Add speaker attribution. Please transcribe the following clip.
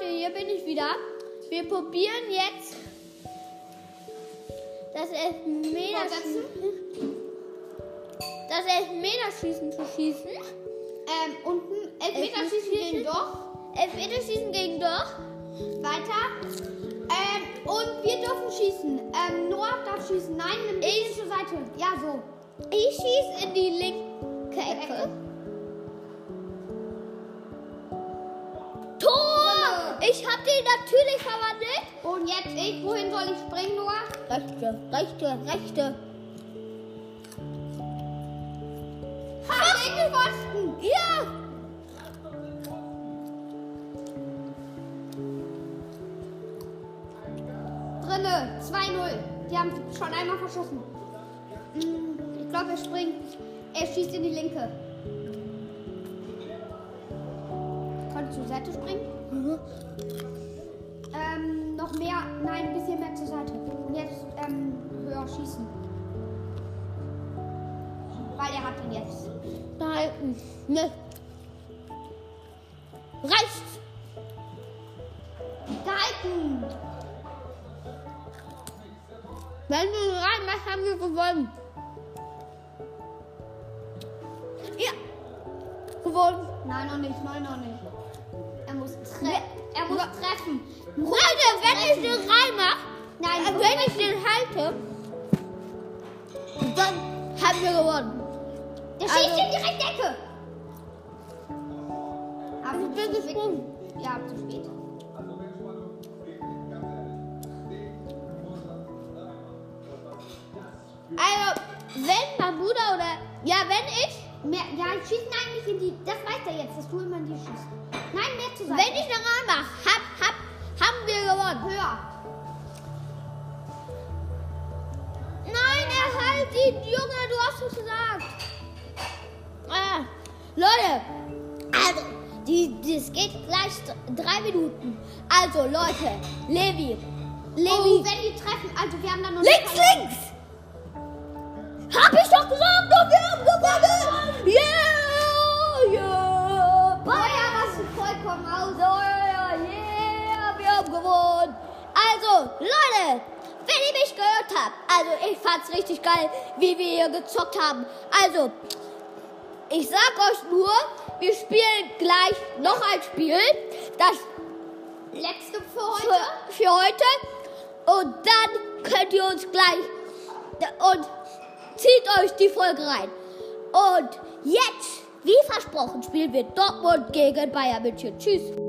Speaker 1: hier bin ich wieder. Wir probieren jetzt das Elfmeterschießen, das Elfmeterschießen zu schießen.
Speaker 2: Ähm, unten. Elfmeterschießen gegen Doch.
Speaker 1: Elfmeterschießen gegen Doch.
Speaker 2: Weiter. Ähm, und wir dürfen schießen. Ähm, Noah darf schießen. Nein, nimm dich nicht zur Seite. Ja, so.
Speaker 1: Ich schieße in die linke Ecke. Tor! Ich hab den natürlich verwandelt.
Speaker 2: Und jetzt ich. Wohin soll ich springen, Noah?
Speaker 1: Rechte, rechte, rechte.
Speaker 2: Ha, linke Pfosten.
Speaker 1: Ja!
Speaker 2: Drinne. 2-0. Die haben schon einmal verschossen. Mm, Ich glaube, er springt. Er schießt in die linke. Kannst du zur Seite springen? Ähm, noch mehr. Nein, ein bisschen mehr zur Seite. Und jetzt ähm, höher schießen. Weil er hat ihn jetzt.
Speaker 1: Da hinten. Ne. Rechts!
Speaker 2: Gehalten!
Speaker 1: Wenn du ihn reinmachst, haben wir gewonnen. Ja! Gewonnen.
Speaker 2: Nein, noch nicht, nein, noch nicht. Er muss, tre
Speaker 1: Ne.
Speaker 2: er muss treffen.
Speaker 1: Leute, wenn ich den reinmache,
Speaker 2: Nein,
Speaker 1: äh, wenn ich den halte, dann haben wir gewonnen.
Speaker 2: Der schießt
Speaker 1: Also-
Speaker 2: in die rechte Ecke! Aber
Speaker 1: Ich bin gesprungen.
Speaker 2: Ja, zu spät.
Speaker 1: Also, wenn mein Bruder oder. Ja, wenn ich.
Speaker 2: Mehr, ja, schießen eigentlich in die. Das weiß er jetzt, dass du immer in die schießt. Nein, mehr zu
Speaker 1: Wenn
Speaker 2: sein.
Speaker 1: ich den reinmache, hab, hab, haben wir gewonnen.
Speaker 2: höher.
Speaker 1: Nein, er hält ihn. Junge, du hast es gesagt. Ah, Leute, also, die, das geht gleich drei Minuten. Also, Leute, Levi. Levi.
Speaker 2: Oh, wenn die treffen, also wir haben dann noch
Speaker 1: Links,
Speaker 2: nicht-
Speaker 1: links! Hab ich doch gesagt und wir haben gewonnen! Yeah! Yeah!
Speaker 2: Oh ja, das ist vollkommen aus.
Speaker 1: Also, yeah, yeah, wir haben gewonnen! Also, Leute, wenn ihr mich gehört habt, also ich fand's richtig geil, wie wir hier gezockt haben. Also, ich sag euch nur, wir spielen gleich noch ein Spiel. Das
Speaker 2: Letzte für heute.
Speaker 1: für, für heute. Und dann könnt ihr uns gleich und zieht euch die Folge rein. Und jetzt, wie versprochen, spielen wir Dortmund gegen Bayern München. Tschüss.